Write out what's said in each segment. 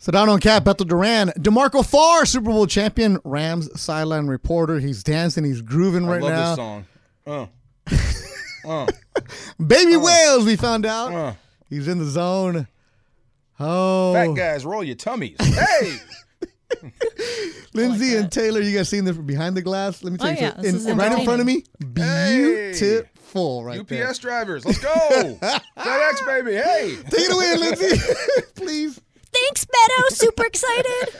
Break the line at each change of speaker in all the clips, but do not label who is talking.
Sedano and Cat, Bethel Duran, DeMarco Farr, Super Bowl champion, Rams sideline reporter. He's dancing, he's grooving right
I love
now.
this song. Uh, uh,
Baby Wales, we found out.
uh.
He's in the zone. Oh,
Fat guys, roll your tummies. Hey,
Lindsay and Taylor, you guys seen this from behind the glass? Let me tell
Oh,
you,
yeah,
so-
this
in-
is
right in
entertaining.
front of me,
Hey!
beautiful, right
UPS
there.
drivers, let's go. FedEx, baby. Hey.
Take it away, Lindsay, please.
Thanks, Beto. Super excited.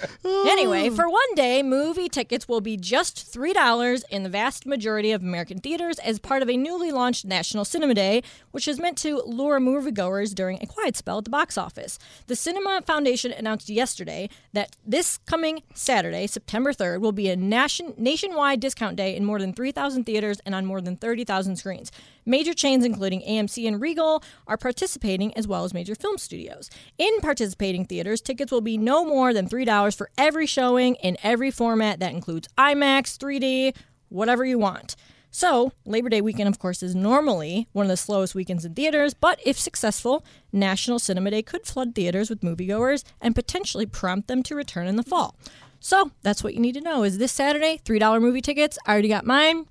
anyway, for one day, movie tickets will be just $3 in the vast majority of American theaters as part of a newly launched National Cinema Day, which is meant to lure moviegoers during a quiet spell at the box office. The Cinema Foundation announced yesterday that this coming Saturday, September 3rd, will be a nation- nationwide discount day in more than 3,000 theaters and on more than 30,000 screens. Major chains, including AMC and Regal, are participating as well as major film studios. In participating theaters, tickets will be no more than $3 for every showing in every format that includes IMAX, 3D, whatever you want. So, Labor Day weekend, of course, is normally one of the slowest weekends in theaters, but if successful, National Cinema Day could flood theaters with moviegoers and potentially prompt them to return in the fall. So, that's what you need to know is this Saturday, $3 movie tickets. I already got mine.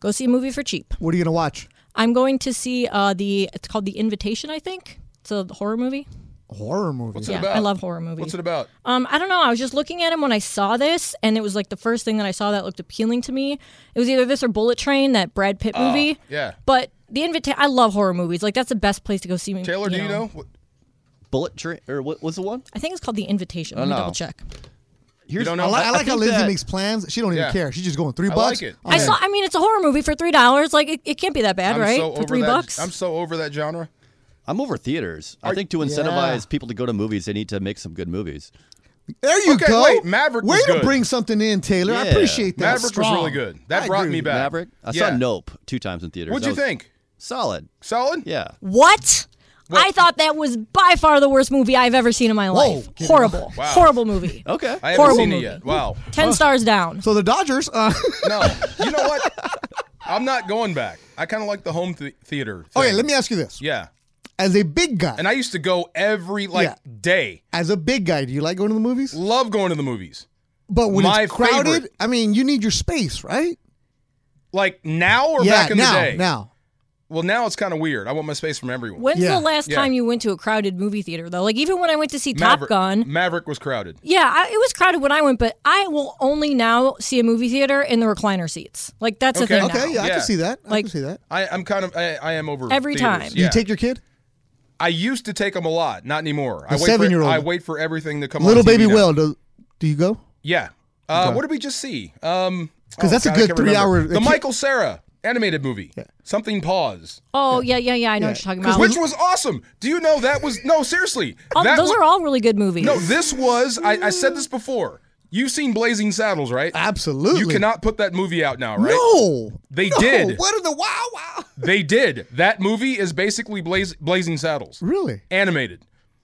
Go see a movie for cheap.
What are you gonna watch?
I'm going to see uh, the it's called The Invitation, I think. It's a horror movie.
Horror movie.
it
Yeah,
about?
I love horror movies.
What's it about?
Um, I don't know. I was just looking at him when I saw this, and it was like the first thing that I saw that looked appealing to me. It was either this or Bullet Train, that Brad Pitt movie.
Oh, yeah.
But the invitation, I love horror movies. Like that's the best place to go see me.
Taylor, do you know? What,
Bullet Train, or what was the one?
I think it's called The Invitation.
Oh,
Let me
no.
double check.
Here's,
don't know?
I, li-
I
I like how
think
Lindsay
that-
makes plans. She don't even
Yeah.
care. She's just going three
I
bucks.
like it.
I'm
I
in.
saw. I mean, it's a horror movie for three dollars. Like it, it can't be that bad,
Oh, I'm
right?
so
for
over
three
that.
bucks.
I'm so over that genre.
I'm over theaters. I think to incentivize people to go to movies, they need to make some good movies.
There you
Okay,
go.
wait, Maverick
Way
was
to
good.
bring something in, Taylor. I
Yeah.
appreciate that.
Maverick was
Strong.
really good. That
I
brought
agree
me
with
back.
Maverick. I
Yeah.
saw Nope two times in theaters.
What'd
That
you
was
think?
Solid.
Solid.
Yeah.
What? I thought that was by far the worst movie I've ever seen in my life.
Get it.
Horrible.
Wow. Oh.
Horrible movie.
Okay.
I haven't
Horrible
seen it
movie.
yet. Wow.
Ten stars down.
So the Dodgers. Uh,
No. You know what? I'm not going back. I kind of like the home th- theater. Thing.
okay, let me ask you this:
Yeah.
as a big guy,
And I used to go every like
Yeah.
day.
as a big guy, do you like going to the movies?
Love going to the movies.
But when
My
it's crowded,
favorite.
I mean, you need your space, right?
Like now or
yeah,
back in
now,
the day?
now.
Well, now it's kind of weird. I want my space from everyone.
When's
Yeah.
the last
Yeah.
time you went to a crowded movie theater though? Like even when I went to see Top
Maverick,
Gun,
Maverick was crowded.
Yeah, I, it was crowded when I went, but I will only now see a movie theater in the recliner seats. Like that's
Okay.
a thing.
Okay,
now.
yeah, I
Yeah.
can see that. I
Like-
can see that.
I, I'm kind of I, I am over
Every
theaters.
time.
Do
Yeah.
you take your kid?
I used to take them a lot, not anymore. I
The
wait
seven-year-old.
for I wait for everything to come.
Little
on TV
baby
now.
Will, do, do you go?
Yeah. Uh, What did we just see? Um,
'Cause that's a
God, I
good
can't remember.
three-hour-
The Michael Sarah animated movie. Something pause,
Oh yeah, yeah, yeah. I know what you're talking about.
which was awesome. Do you know that was no seriously?
Oh,
that
those
wa-
are all really good movies.
No, this was. I, I said this before. You've seen Blazing Saddles, right?
Absolutely.
You cannot put that movie out now, right?
No,
They
No.
did.
What in the wow wow?
They did. That movie is basically Blaz- Blazing Saddles,
Really?
animated.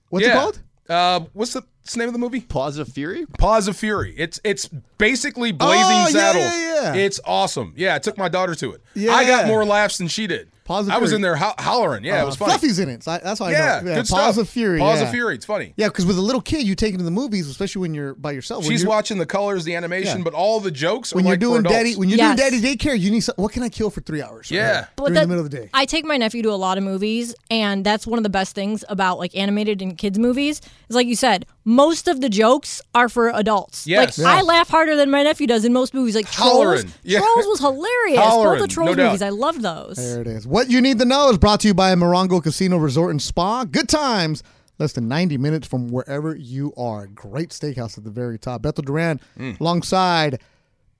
What's
Yeah.
it called?
Uh, what's the what's the name of the movie?
Pause of Fury?
Paws of Fury. It's it's basically Blazing
Oh, yeah,
Saddles.
yeah, yeah.
It's awesome. Yeah, I took my daughter to it.
Yeah.
I got more laughs than she did.
Paws of
I was
Fury.
in there ho- hollering. Yeah, it was funny.
Uh, Fluffy's in it. So I, that's why
yeah,
I know.
good
Paws
stuff.
of Fury.
Paws
yeah.
of Fury. It's funny.
Yeah, because with a little kid, you take him to the movies, especially when you're by yourself. When
She's
you're,
watching the colors, the animation,
Yeah.
but all the jokes are
when
like
you're doing
for adults.
daddy when you're
Yes.
doing daddy daycare. You need some, what can I kill for three hours?
Yeah.
Right.
But
during
that-
the middle of the day.
I take my nephew to a lot of movies, and that's one of the best things about like animated and kids movies. Is like you said, most of the jokes are for adults.
Yes.
Like I laugh harder than my nephew does in most movies. Like
Hollering.
Trolls,
Yeah.
Trolls was hilarious.
Hollering,
Both the Trolls
no doubt.
movies, I love those.
There it is. What you need to know is brought to you by Morongo Casino Resort and Spa. Good times, less than 90 minutes from wherever you are. Great steakhouse at the very top.
Mm.
Bethel Duran alongside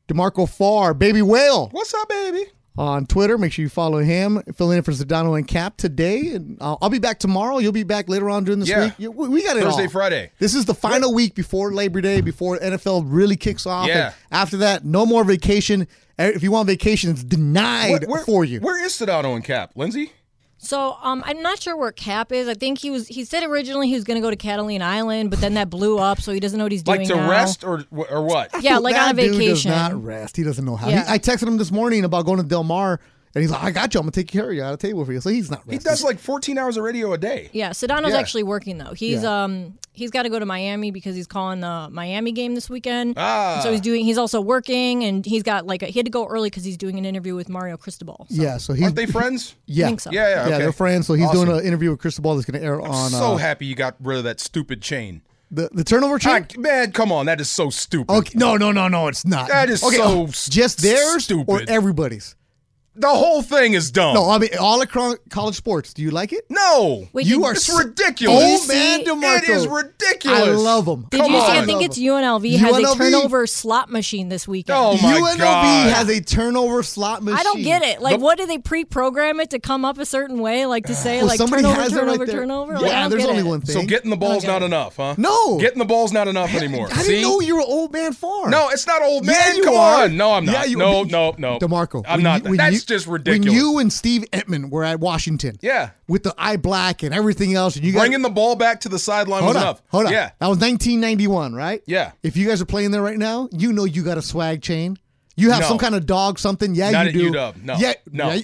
DeMarco Farr, Baby Whale.
What's up, baby?
on Twitter. Make sure you follow him. Filling in for Sedano and Cap today. And uh, I'll be back tomorrow. You'll be back later on during this
Yeah.
week. You- We, we got it
Thursday,
all.
Friday.
This is the final week before Labor Day, before NFL really kicks off.
Yeah.
And after that, no more vacation. Eh, If you want vacation, it's denied
Where- where-
for you.
Where is Sedano and Cap, Lindsay?
So um, I'm not sure where Cap is. I think he was. He said originally he was going to go to Catalina Island, but then that blew up, so he doesn't know what he's doing.
Like to
now.
rest or or what?
Yeah, like
that
on a
Dude does
vacation.
not rest. He doesn't know how. He-
Yeah.
I texted him this morning about going to Del Mar, and he's like, "I got you. I'm gonna take care of you. I got a table for you." So he's not resting.
He does like 14 hours of radio a day.
Yeah, Sedano's
Yeah.
actually working though. He's um he's got to go to Miami because he's calling the Miami game this weekend.
Ah.
So he's doing. He's also working, and he's got like a, he had to go early because he's doing an interview with Mario Cristobal. So-
yeah. So he's
Aren't they friends?
yeah,
think so.
Yeah, yeah,
yeah.
okay.
They're friends. So he's doing
Awesome.
an interview with Cristobal that's gonna air on
so
uh,
happy you got rid of that stupid chain.
the the turnover
Ah,
chain.
man, come on, that is so stupid.
Okay, no, no, no, no. It's not.
That is
okay,
so
oh,
s-
just theirs or
stupid.
everybody's.
The whole thing is dumb.
No, I mean all across college sports. Do you like it?
No.
Wait,
you
did-
are
It's
s-
ridiculous.
Old man
Did you
DeMarco.
It is ridiculous.
I love him.
Did
Come
you see? I
on.
think it's UNLV, has
UNLV?
a turnover slot machine this weekend.
Oh my
UNLV
god.
has a turnover slot machine.
I don't get it. Like,
But-
what do they pre-program it to come up a certain way, like to say
Well,
like
somebody
turnover,
has it right
turnover,
there.
turnover?
Yeah,
Like, I don't
there's
get
only
it.
one thing.
so getting the ball's not enough, huh?
No.
Getting the ball's not enough anymore.
I
See?
didn't know you were old man farm.
no, it's not old man.
Yeah, you
Come
are.
on. No, I'm not.
Yeah, you-
no, no, no.
DeMarco.
I'm
when
not.
you- when
That's
you-
just ridiculous.
When you and Steve Entman were at Washington.
Yeah.
With the eye black and everything else. And you
bringing
guys,
the ball back to the sideline
hold
was
on,
enough.
Hold on.
Yeah.
That was 1991, right?
Yeah.
If you guys are playing there right now, you know you got a swag chain. You have
No.
some kind of dog something. Yeah,
Not
you
at
do.
UW. No.
Yeah,
no.
yeah,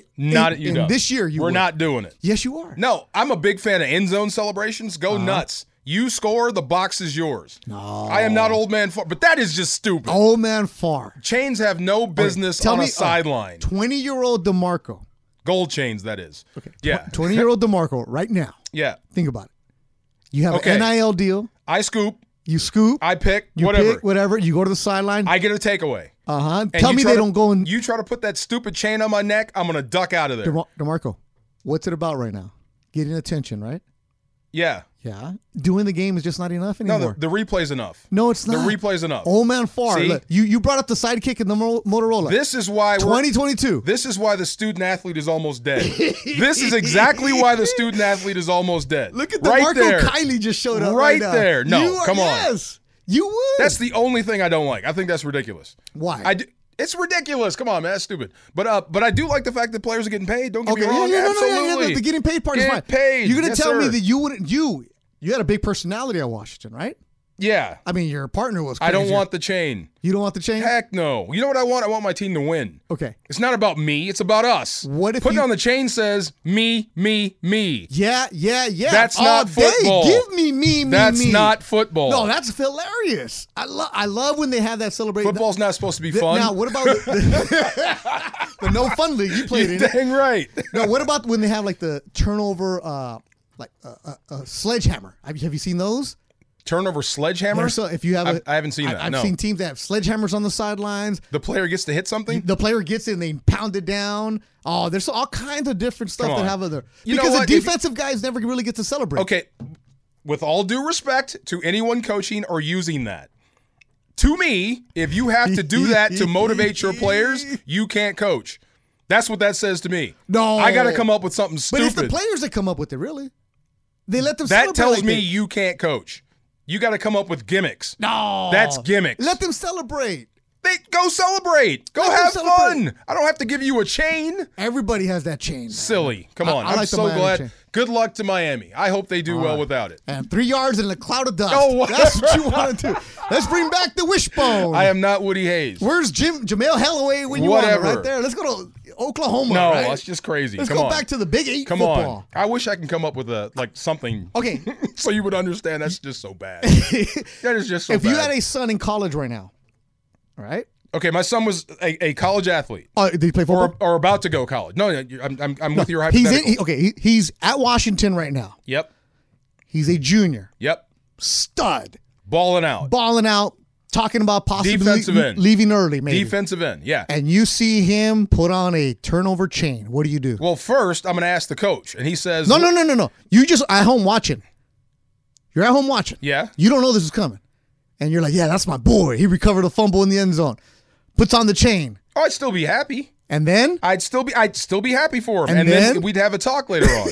and-
not at UW.
and This year you
We're
would.
not doing it.
Yes, you are.
No, I'm a big fan of end zone celebrations. Go
Uh-huh.
nuts. You score, the box is yours. No. I am not old man for but that is just stupid.
Old man far.
Chains have no business
Oh. Tell
on
me
a sideline.
20 year old DeMarco.
Gold chains, that is. Yeah.
20 year old DeMarco right now.
Yeah.
Think about it. You have
Okay.
an NIL deal.
I scoop.
You scoop.
I pick.
you
whatever.
pick whatever. You go to the sideline.
I get a takeaway.
Uh huh.
And
Tell
you
me
try
they
to-
don't go in.
You try to put that stupid chain on my neck. I'm gonna duck out of there.
DeMar- Demarco, what's it about right now? Getting attention, right?
yeah.
Yeah. Doing the game is just not enough
No,
anymore. Oh.
the, the replay's enough.
No, it's
the
not.
replay's enough.
Old man far.
See?
Look, you you brought up the sidekick in the Mo- Motorola.
This is why we're
2022.
This is why the student athlete is almost dead. this is exactly why the student athlete is almost deid.
Look at the
right
Marco
there.
Kiley just showed up.
Right
Right, now.
there. No,
You are-
come on.
Yes, you would.
That's the only thing I don't like. I think that's ridiculous.
Why?
I do, it's ridiculous. Come on, man. That's stupid. But uh, but I do like the fact that players are getting paid. Don't get
okay.
me
Yeah,
wrong.
yeah, no, no,
Absolutely.
yeah, yeah. The, the getting paid part is
Get
fine.
paid.
You're gonna
Yes,
tell me
sir.
that you wouldn't. You you had a big personality at Washington, right?
Yeah.
I mean, your partner was. Crazy.
I don't want the chain.
You don't want the change.
Heck no. You know what I want? I want my team to win.
Okay.
It's not about me. It's about us.
What if
putting
you-
on the chain says me, me, me?
Yeah, yeah, yeah.
That's
All
not
day.
football.
Give me me me.
That's
me.
not football.
No, that's hilarious. I love I love when they have that celebration.
Football's not supposed to be
Th-
fun.
Now, what about the, the no fun league you played
You're
in?
dang right.
No, what about when they have like the turnover, uh, like uh, uh, uh, sledgehammer? Have you, have you seen those?
Turnover sledgehammer.
Or so if you have,
I've-
a-
I haven't seen that,
I've
no.
seen teams that have sledgehammers on the sidelines.
The player gets to hit something.
The player gets it and they pound it down. Oh, there's all kinds of different stuff
Come
that
on.
have other
You know
because the
what? If you-
defensive guys never really get to celebrate.
Okay. With all due respect to anyone coaching or using that, to me, if you have to do that to motivate your players, you can't coach. That's what that says to me.
No.
I got to come up with something
but
stupid.
it's the players that come up with it. Really, they let them.
that
celebrate
tells
like
me
that.
you can't coach. You got to come up with gimmicks.
No,
That's gimmicks.
Let them celebrate.
They go celebrate. Go
Let them
have
celebrate.
fun. I don't have to give you a chain.
Everybody has that chain. man.
Silly. Come
I-
on.
I
I, am
like the
so
Miami
glad.
chain.
Good luck to Miami. I hope they do well without it.
And three yards in a cloud of dust.
Oh, wow.
That's what you want to do. Let's bring back the wishbone.
I am not Woody Hayes.
Where's Jim Jamel Holloway when you
Whatever.
want it right there? Let's go to Oklahoma.
no,
right?
that's just crazy.
Let's
Come
go
on.
back to the Big Eight
Come
football.
on. I wish I can come up with a like something.
Okay.
so you would understand that's just so bad. that is just so
if
bad.
you had a son in college right now, all right?
Okay, my son was a, a college athlete
Uh, did he play
or,
football?
or about to go college. No, no you- I'm, I'm, I'm with your
he's
hypothetical.
in. He, okay, he, he's at Washington right now.
yep.
He's a junior,
Yep.
stud,
Balling out.
balling out, talking about possibly
Defensive end.
leaving early, maybe.
Defensive end. Yeah.
and you see him put on a turnover chain. What do you do?
Well, first I'm going to ask the coach, and he says,
No, no, no, no, no. You just at home watching. You're at home watching.
Yeah.
You don't know this is coming. And you're like, yeah, that's my boy. He recovered a fumble in the end zone. Puts on the chain.
Oh, I'd still be happy.
And then
I'd still be I'd still be happy for him,
And
and, then?
then?
we'd have a talk later on.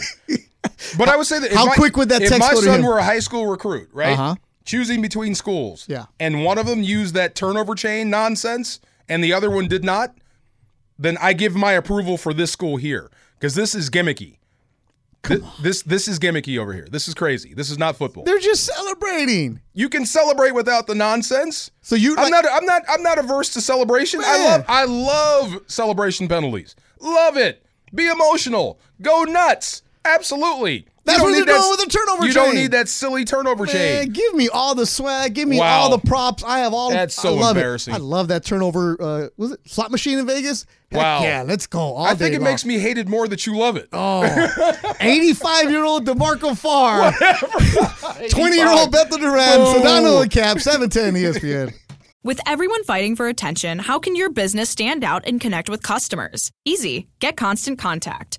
but I would say that if
How
my,
quick would that
if
text
my
go to
son
him?
were a high school recruit, right?
Uh-huh.
Choosing between schools,
Yeah.
and one of them used that turnover chain nonsense, and the other one did not, then I give my approval for this school here because this is gimmicky. Th- This this is gimmicky over here. This is crazy. This is not football.
they're just celebrating.
You can celebrate without the nonsense.
So you like-
I'm not I'm not I'm not averse to celebration. I
Man.
love I love celebration penalties. Love it. Be emotional. Go nuts. Absolutely.
That's
You don't
what
need
they're
that
doing
s-
with the turnover
You don't
chain.
need that silly turnover
Man,
chain.
give me all the swag. Give me
Wow.
all the props. I have all.
That's so
I love it.
embarrassing.
I love that turnover. Uh, was it slot machine in Vegas? Heck
Wow.
Yeah, let's go. All
I think
day
it
long.
makes me hate it more that you love it.
Oh, 85 year old DeMarco Farr, 20 year old Bethel Duran, Sedano and Cap, E 710 ESPN.
With everyone fighting for attention, how can your business stand out and connect with customers? Easy. Get Constant Contact.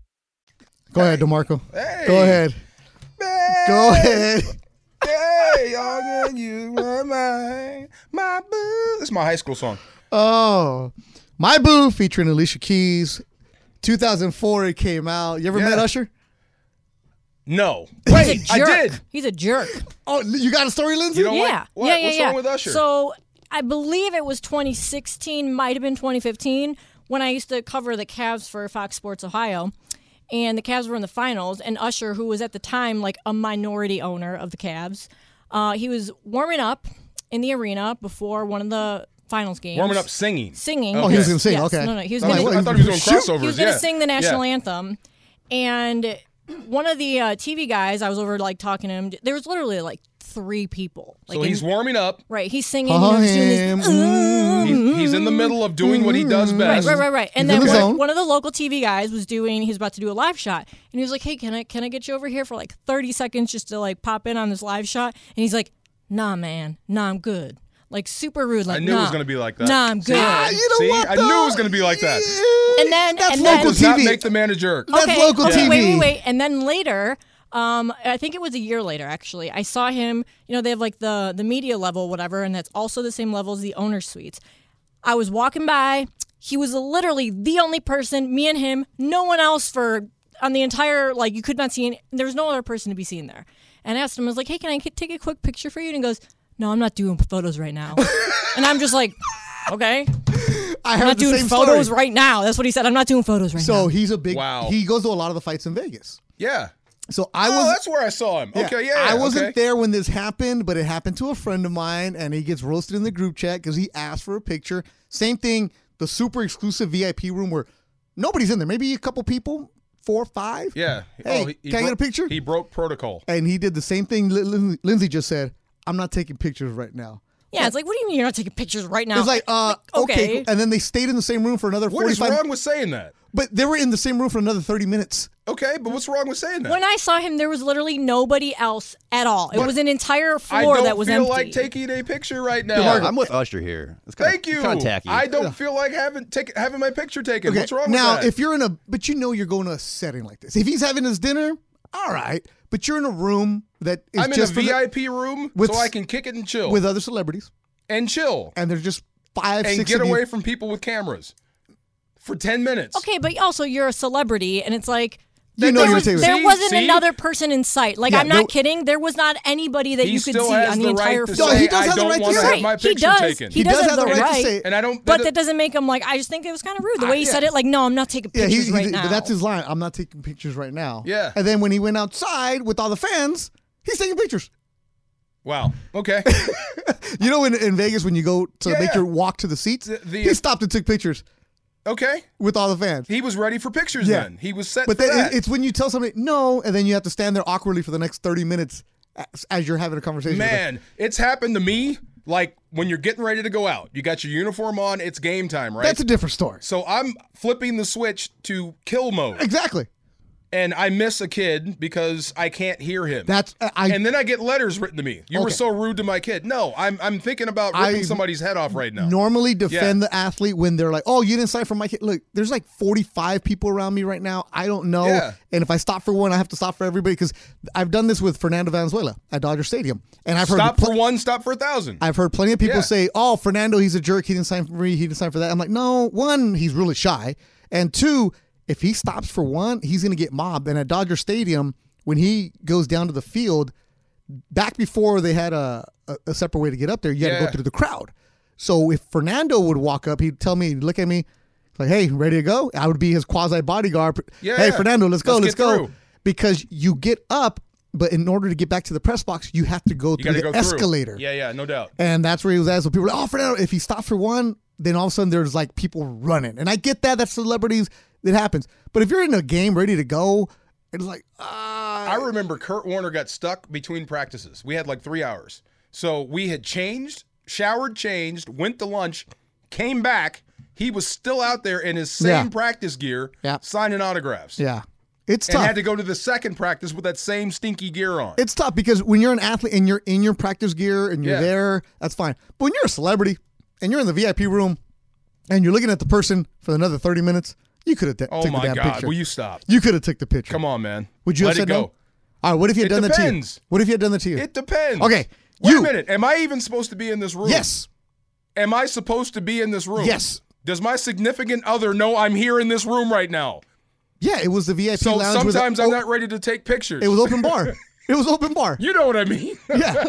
Go ahead, DeMarco. Go ahead. Go ahead.
Hey, y'all, good, you were mine, my boo. This is my high school song.
Oh, My Boo featuring Alicia Keys. 2004 it came out. You ever
Yeah.
met Usher?
No,
He's a
wait, I
jerk.
did.
He's a jerk.
Oh, you got a story, Lindsay?
You don't like
yeah.
what?
yeah, yeah,
What's
yeah.
wrong with Usher?
So I believe it was 2016, might have been 2015, when I used to cover the Cavs for Fox Sports Ohio. And the Cavs were in the finals, and Usher, who was at the time like a minority owner of the Cavs, uh, he was warming up in the arena before one of the finals games.
warming up singing.
Singing.
oh, he was
Okay.
going to sing.
Yes.
Okay.
No, no, he was
I,
I'm
gonna-
like,
thought- I
what,
thought he was doing
shoot?
crossovers.
He was going to
yeah.
sing the national
Yeah.
anthem, and one of the uh, TV guys I was over like talking to him. There was literally like three people. Like
So
in-
he's warming up.
right. He's singing.
Oh,
He's doing
him.
this, "Ooh."
He's, he's in the middle of doing what he
Mm-hmm.
does
Right,
best.
right, right, right. And
He's in
then
the
one,
zone.
one of the local TV guys was doing. He was about to do a live shot, and he was like, "Hey, can I can I get you over here for like thirty seconds just to like pop in on this live shot?" And he's like, "Nah, man. Nah, I'm good." Like super rude. Like
I knew it was
"Nah.
gonna be like that."
Nah, I'm good.
Ah, you know
See,
what?
I knew it was
though?
gonna be like that.
Yeah.
And then-
that's
and then-
local
Does not
TV.
make the man a jerk.
That's local
okay,
TV.
Wait, wait, wait. And then later, um, I think it was a year later actually. I saw him. You know, they have like the the media level, whatever, and that's also the same level as the owner suites. I was walking by. He was literally the only person, me and him, no one else for on the entire like you could not see. Any, there was no other person to be seen there. And I asked him, I was like, "Hey, can I get- take a quick picture for you?" And he goes, "No, I'm not doing photos right now." and I'm just like, "Okay,
I
I'm
heard
not
the
doing
same
photos
story.
right now." That's what he said. I'm not doing photos right now.
So he's a big.
Wow.
He goes to a lot of the fights in Vegas.
Yeah.
So I
Oh,
was.
that's where I saw him. Okay, yeah.
I
yeah,
wasn't
okay.
there when this happened, but it happened to a friend of mine, and he gets roasted in the group chat because he asked for a picture. Same thing. the super exclusive VIP room where nobody's in there. Maybe a couple people, four, five.
Yeah. Oh,
Hey,
he- he
can I get a
broke-
picture?
He broke protocol.
and he did the same thing Lin- Lin- Lindsay just said. I'm not taking pictures right now.
Yeah, it's like, what do you mean you're not taking pictures right now?
It's like, uh, okay.
okay.
And then they stayed in the same room for another
What is
45
wrong with saying that?
But they were in the same room for another 30 minutes.
Okay, but what's wrong with saying that?
When I saw him, there was literally nobody else at all. It was an entire
I
floor
don't
that was
feel
empty.
like taking a picture right now.
Yeah, I'm with Usher here. It's kinda,
Thank you.
Kind of tacky.
I don't feel like having take, having my picture taken.
Okay.
What's wrong
now,
with that?
if you're in a, but you know you're going to a setting like this. If he's having his dinner, all right. But you're in a room that is
I'm in a
just for the-
VIP room
with
so I
s-
can kick it and chill
with other celebrities,
and chill
and there's just five,
and
six
get
of you.
away from people with cameras for 10 minutes.
okay, but also you're a celebrity, and it's like.
You know
there,
you're
was,
taking-
there
See?
wasn't
See?
another person in sight. Like
Yeah,
I'm not
no-
kidding. There was not anybody that
he
you could see
still has
on the,
the,
entire
right to
No,
floor.
he
say
does
I
have the
don't
right to
want
say
to
it.
have my
Right. He
picture
does.
taken.
He
does
does
have the
have the
right to
right.
say it.
and I don't
But
that-
that doesn't make him like. I just think it was kind of rude the way he
yeah.
said it. Like, no, I'm not taking
Yeah,
pictures
he's,
right
he-
now.
but that's his line. I'm not taking pictures right now.
Yeah.
And then when he went outside with all the fans, he's taking pictures.
Wow. Okay.
You know, in, in Vegas, when you go to
Yeah,
make
yeah.
your walk to the seats,
The- the-
he stopped and took pictures
Okay.
with all the fans.
He was ready for pictures
Yeah.
then. He was set
But
for
then it-
that.
it's when you tell somebody no, and then you have to stand there awkwardly for the next 30 minutes as, as you're having a conversation. with them.
Man, it's happened to me like when you're getting ready to go out. You got your uniform on, it's game time, right?
That's a different story.
so I'm flipping the switch to kill mode
Exactly.
and I miss a kid because I can't hear him.
That's I. I-
and then I get letters written to me. You were
Okay.
so rude to my kid. No, I'm I'm thinking about
I
ripping somebody's head off right now.
normally defend
Yeah.
the athlete when they're like, "Oh, you didn't sign for my kid." Look, there's like 45 people around me right now. I don't know,
Yeah.
and if I stop for one, I have to stop for everybody because I've done this with Fernando Valenzuela at Dodger Stadium, and I've heard
stop
pl-
for one, stop for a thousand.
I've heard plenty of people
Yeah.
say, "Oh, Fernando, he's a jerk. He didn't sign for me. He didn't sign for that." I'm like, no. One, he's really shy, and two, if he stops for one, he's going to get mobbed. And at Dodger Stadium, when he goes down to the field, back before they had a a, a separate way to get up there, you had to
Yeah.
go through the crowd. So if Fernando would walk up, he'd tell me, he'd look at me, like, "Hey, ready to go?" I would be his quasi bodyguard.
Yeah,
Hey,
yeah.
Fernando, let's go,
Let's
let's,
get
go.
through.
Because you get up, but in order to get back to the press box, you have to go
you
through
gotta
the
go through.
escalator.
Yeah, yeah, no doubt.
And that's where he was at. So people were like, oh, Fernando, if he stops for one, then all of a sudden there's like people running. And I get that. That's celebrities. It happens. But if you're in a game ready to go, it's like,
I
ah.
remember Kurt Warner got stuck between practices. We had like three hours. So we had changed, showered, changed, went to lunch, came back. He was still out there in his same
Yeah.
practice gear
Yeah.
signing autographs.
yeah. It's
And
tough.
had to go to the second practice with that same stinky gear on.
it's tough because when you're an athlete and you're in your practice gear and you're
Yeah.
there, that's fine. But when you're a celebrity and you're in the VIP room and you're looking at the person for another 30 minutes, you could have t-
oh
taken
my
that
God.
picture.
Will you stop?
you could have took the picture.
Come on, man.
Would you
Let
have said
it go?
no? All right. What if you had
It
done that
depends.
to you? What if you had done that to you?
It depends.
Okay,
Wait
you-
a minute. Am I even supposed to be in this room?
yes.
Am I supposed to be in this room?
Yes.
Does my significant other know I'm here in this room right now?
Yeah, it was the VIP
So
lounge. with-
sometimes I'm
oh,
not ready to take pictures.
It was open bar. It was open bar.
You know what I mean?
Yeah.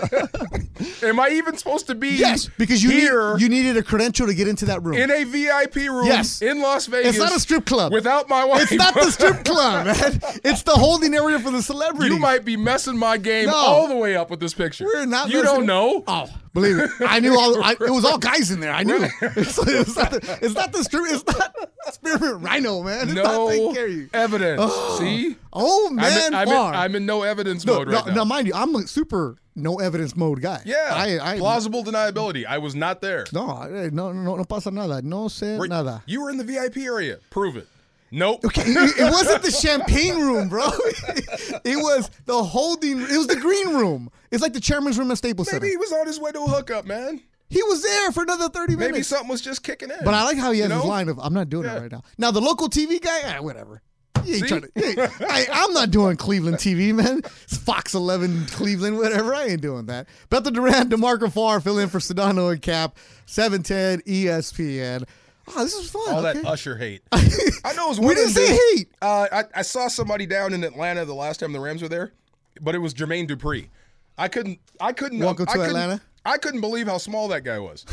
Am I even supposed to be
yes, because you need-
here
you needed a credential to get into that room.
in a VIP room
Yes.
in Las Vegas?
it's not a strip club.
Without my wife,
it's not the strip club, man. It's the holding area for the celebrity.
you might be messing my game
No.
all the way up with this picture.
We're not.
you
messing-
don't know.
Oh, believe it. I knew all. I, it was all guys in there. I knew. it. It's, it's not the, it's not the strip. It's not Spearmint Rhino, man. It's not
no
taking care of you.
evidence. See?
Oh
I'm
man,
in, I'm, in,
far.
I'm in no evidence
no,
mode
no,
right now.
now, mind you, I'm a super no evidence mode guy.
yeah.
I, I
Plausible deniability. I was not there.
No, eh, no, no, no pasa nada. No sé
Were-
nada.
You were in the VIP area. Prove it. Nope.
Okay, it, it wasn't the champagne room, bro. it was the holding. It was the green room. It's like the chairman's room at Staples
Maybe he
Center.
was on his way to a hookup, man.
He was there for another thirty
Maybe
minutes.
something was just kicking in.
But I like how he has
You
his
know?
line of "I'm not doing
Yeah.
it right now." Now the local TV guy, eh, whatever. He ain't
See?
trying to, he ain't- I, I'm not doing Cleveland TV, man. It's Fox 11, Cleveland, whatever. I ain't doing that. Bethel Durant, DeMarco Farr, fill in for Sedano and Cap, E 710 ESPN. Oh, this is fun.
all
okay.
that Usher hate. I know it was
We didn't
women
say
do-
hate.
Uh, I, I saw somebody down in Atlanta the last time the Rams were there, but it was Jermaine Dupree. I couldn't. I couldn't.
Welcome
I
to
couldn't-
Atlanta.
I couldn't believe how small that guy was.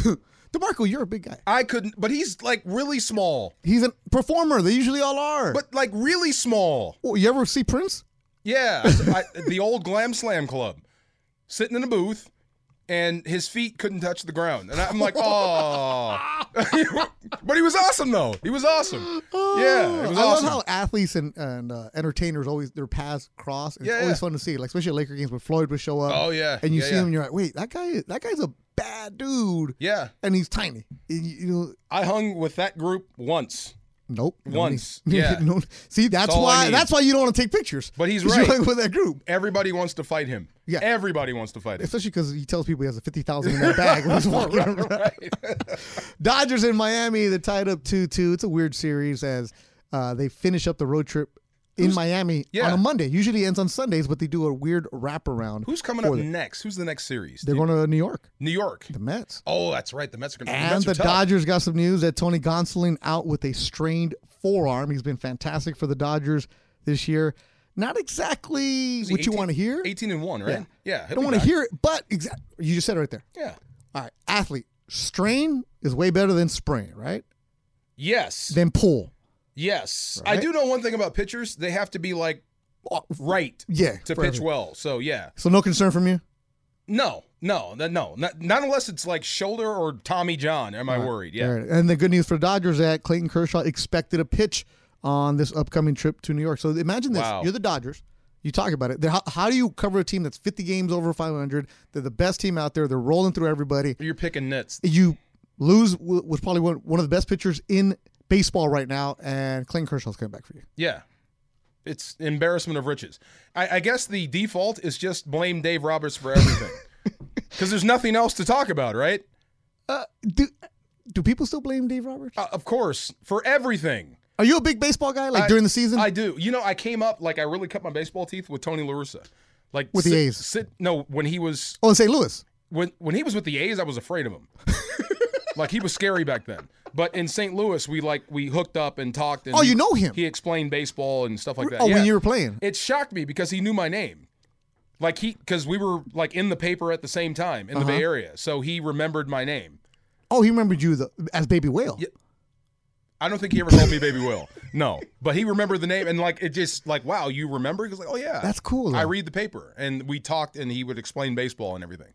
DeMarco, you're a big guy.
I couldn't. But he's like really small.
He's a performer. They usually all are.
But like really small.
Oh, you ever see Prince?
Yeah. I, the old Glam Slam Club, sitting in a booth. and his feet couldn't touch the ground. And I'm like, oh. but he was awesome though. He was awesome. Yeah, it was
I love
awesome.
how athletes and, and uh, entertainers always their paths cross. and
Yeah,
it's always
yeah.
fun to see, like especially at Laker games when Floyd would show up.
Oh, yeah.
and you
Yeah,
see
yeah.
him, and you're like, wait, that guy, that guy's a bad dude.
yeah,
and he's tiny. And you, you know,
I hung with that group once.
nope. no
Once,
need-
yeah.
no- see, that's
all I
why.
need.
That's why you don't want to take pictures.
But he's
'Cause you're
right.
like, with that group.
Everybody wants to fight him.
Yeah.
Everybody wants to fight him.
Especially because he tells people he has a fifty thousand in that bag when he's walking around. Dodgers in Miami. They're tied up two-two. It's a weird series as uh, they finish up the road trip in Miami
Yeah.
on a Monday. Usually ends on Sundays, but they do a weird wraparound.
Who's coming
for
up
them.
next? Who's the next series?
They're going to New York,
New York.
the Mets.
Oh, that's right. The Mets are going to
And the Dodgers got some news that Tony Gonsolin out with a strained forearm. He's been fantastic for the Dodgers this year. Not exactly what you want to hear.
18 and 1, right? Yeah. he'll
don't
be
want to
back.
hear it, but exa- you just said it right there.
Yeah.
All right, athlete strain is way better than sprain, right?
Yes.
Than pull.
yes. I
Right?
do know one thing about pitchers. They have to be like right
Yeah,
to
for
pitch
everything.
well. So, yeah.
So no concern from you.
No, no, no, no. Not, not unless it's like shoulder or Tommy John. Am I worried? Yeah.
All right. And the good news for the Dodgers is that Clayton Kershaw expected a pitch on this upcoming trip to New York. So imagine this:
Wow.
you're the Dodgers. You talk about it. They're- How, how do you cover a team that's 50 games over 500? They're the best team out there. They're rolling through everybody.
You're picking nits.
You lose w- was probably one, one of the best pitchers in baseball right now, and Clayton Kershaw's coming back for you.
Yeah. It's embarrassment of riches. I, I guess the default is just blame Dave Roberts for everything. Because there's nothing else to talk about, right?
Do do people still blame Dave Roberts?
Uh, of course, for everything.
Are you a big baseball guy? Like
I-
during the season?
I do. You know, I came up like I really cut my baseball teeth with Tony La Russa. Like
With the
sit-
A's.
sit- no, when he was
oh, in St. Louis.
when when he was with the A's, I was afraid of him. like he was scary back then. But in St. Louis, we like we hooked up and talked. And
Oh, you know him?
He explained baseball and stuff like that.
Oh,
Yeah.
when you were playing.
it shocked me because he knew my name. Like he, because we were like in the paper at the same time in the Bay
Uh-huh.
Area, so he remembered my name.
Oh, he remembered you the, as Baby Whale.
I don't think he ever called me Baby Will. No, but he remembered the name, and like it just like wow, you remember? He was like, oh yeah,
That's cool,
I
though.
read the paper, and we talked, and he would explain baseball and everything.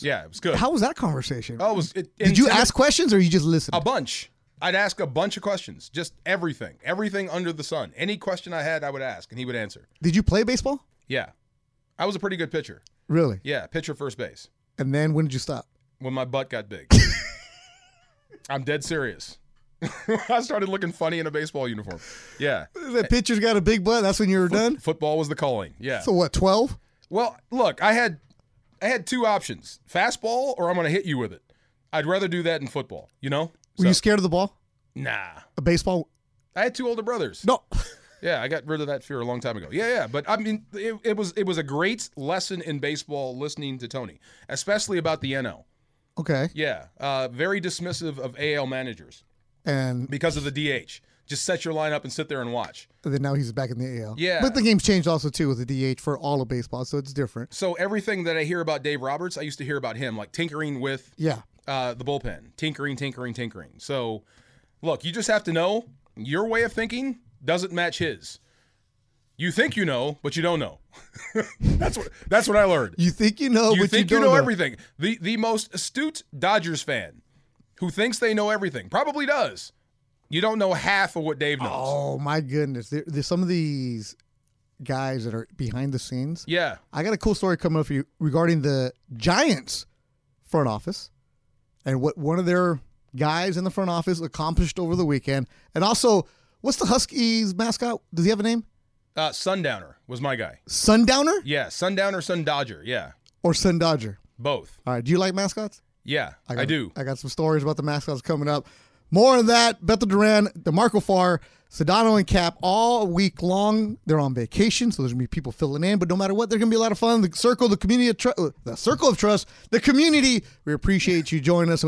Yeah, it was good.
How was that conversation?
oh, it was it,
Did you
intimidating.
ask questions or you just listened?
A bunch. I'd ask a bunch of questions, just everything, everything under the sun. Any question I had, I would ask, and he would answer.
Did you play baseball?
Yeah, I was a pretty good pitcher.
Really?
Yeah, pitcher first base
And then when did you stop?
when my butt got big. I'm dead serious. I started looking funny in a baseball uniform. Yeah,
The pitcher's got a big butt. That's when you were done.
football was the calling. Yeah.
So what? Twelve?
Well, look, I had I had two options: fastball, or I'm going to hit you with it. I'd rather do that in football. You know?
Were you
So-
scared of the ball?
Nah.
A baseball?
I had two older brothers.
No.
Yeah, I got rid of that fear a long time ago. Yeah, yeah, but I mean, it, it was it was a great lesson in baseball listening to Tony, especially about the NL.
Okay.
Yeah, uh, very dismissive of AL managers
And
because of the DH. Just set your lineup and sit there and watch.
then now he's back in the AL.
Yeah.
But the game's changed also too with the DH for all of baseball, so it's different.
So everything that I hear about Dave Roberts, I used to hear about him, like tinkering with
Yeah.
uh, the bullpen, tinkering, tinkering, tinkering. So, look, you just have to know your way of thinking doesn't match his. You think you know, but you don't know. that's what that's what I learned.
You think you know,
you
but
think
you
you
don't
know, everything. The the most astute Dodgers fan who thinks they know everything probably does. You don't know half of what Dave knows.
Oh my goodness! There, there's some of these guys that are behind the scenes.
Yeah.
I got a cool story coming up for you regarding the Giants front office and what one of their guys in the front office accomplished over the weekend. And also, what's the Huskies mascot? Does he have a name?
Uh, Sundowner was my guy.
Sundowner
Yeah, Sundowner, Sun Dodger. Yeah,
or Sun Dodger?
both.
All right. Do you like mascots?
Yeah, I,
got,
do.
I got some stories about the mascots coming up. More on that. Bethel Duran, DeMarco Farr, Sedano, and Cap all week long. They're on vacation, so there's gonna be people filling in. But no matter what, there's gonna be a lot of fun. The circle, the community, of tru- uh, the circle of trust, the community. We appreciate you joining us.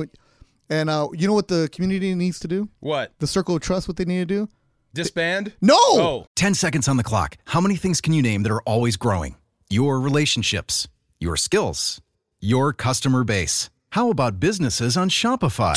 And uh, you know what the community needs to do?
what?
The circle of trust. What they need to do?
Disband?
No.
Oh,
10 seconds on the clock. How many things can you name that are always growing? Your relationships, your skills, your customer base. How about businesses on Shopify?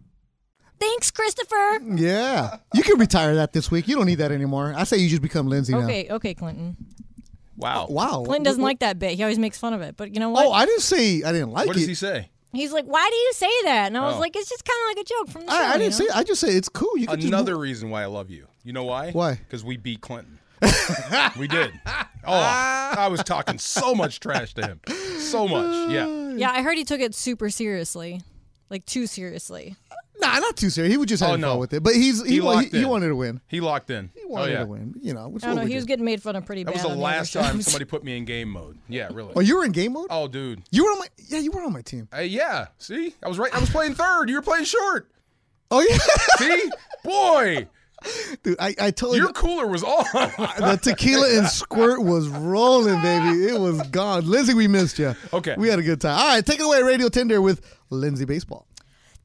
Thanks, Christopher.
Yeah. You can retire that this week. You don't need that anymore. I say you just become Lindsay
Okay, okay, Clinton.
Wow.
now. Wow.
Clinton doesn't like that bit. He always makes fun of it. But you know what?
Oh, I didn't say I didn't like
What
it.
does he say?
He's like, "Why do you say that?" And I was
Oh.
like, "It's just kind of like a joke from the show."
I, I
you
didn't
know?
say I just say it's cool. You can just
Another
move-
reason why I love you. You know why?
Why?
Because we beat Clinton. we did. Oh, I was talking so much trash to him. So much. Yeah.
Yeah, I heard he took it super seriously, like too seriously.
Nah, not too serious. He was just
Oh,
having
no.
fun with it. But he's he,
He
wa- he,
locked
he
in.
wanted to win.
He locked in.
He wanted
oh, yeah.
to win. You know, which
I don't know.
what we
He was
do.
getting made fun of pretty
That
bad.
was the
on other
last time
shows.
somebody put me in game mode. Yeah, really.
Oh, you were in game mode?
Oh, dude.
You were on my yeah, you were on my team.
Uh, yeah. See, I was right. I was playing third. You were playing short.
Oh yeah.
See, boy,
Dude, I, I totally
your cooler was on.
the tequila and squirt was rolling, baby. It was gone. Lindsay, we missed you.
Okay.
We had a good time. All right, take it away, Radio Tinder with Lindsay Baseball.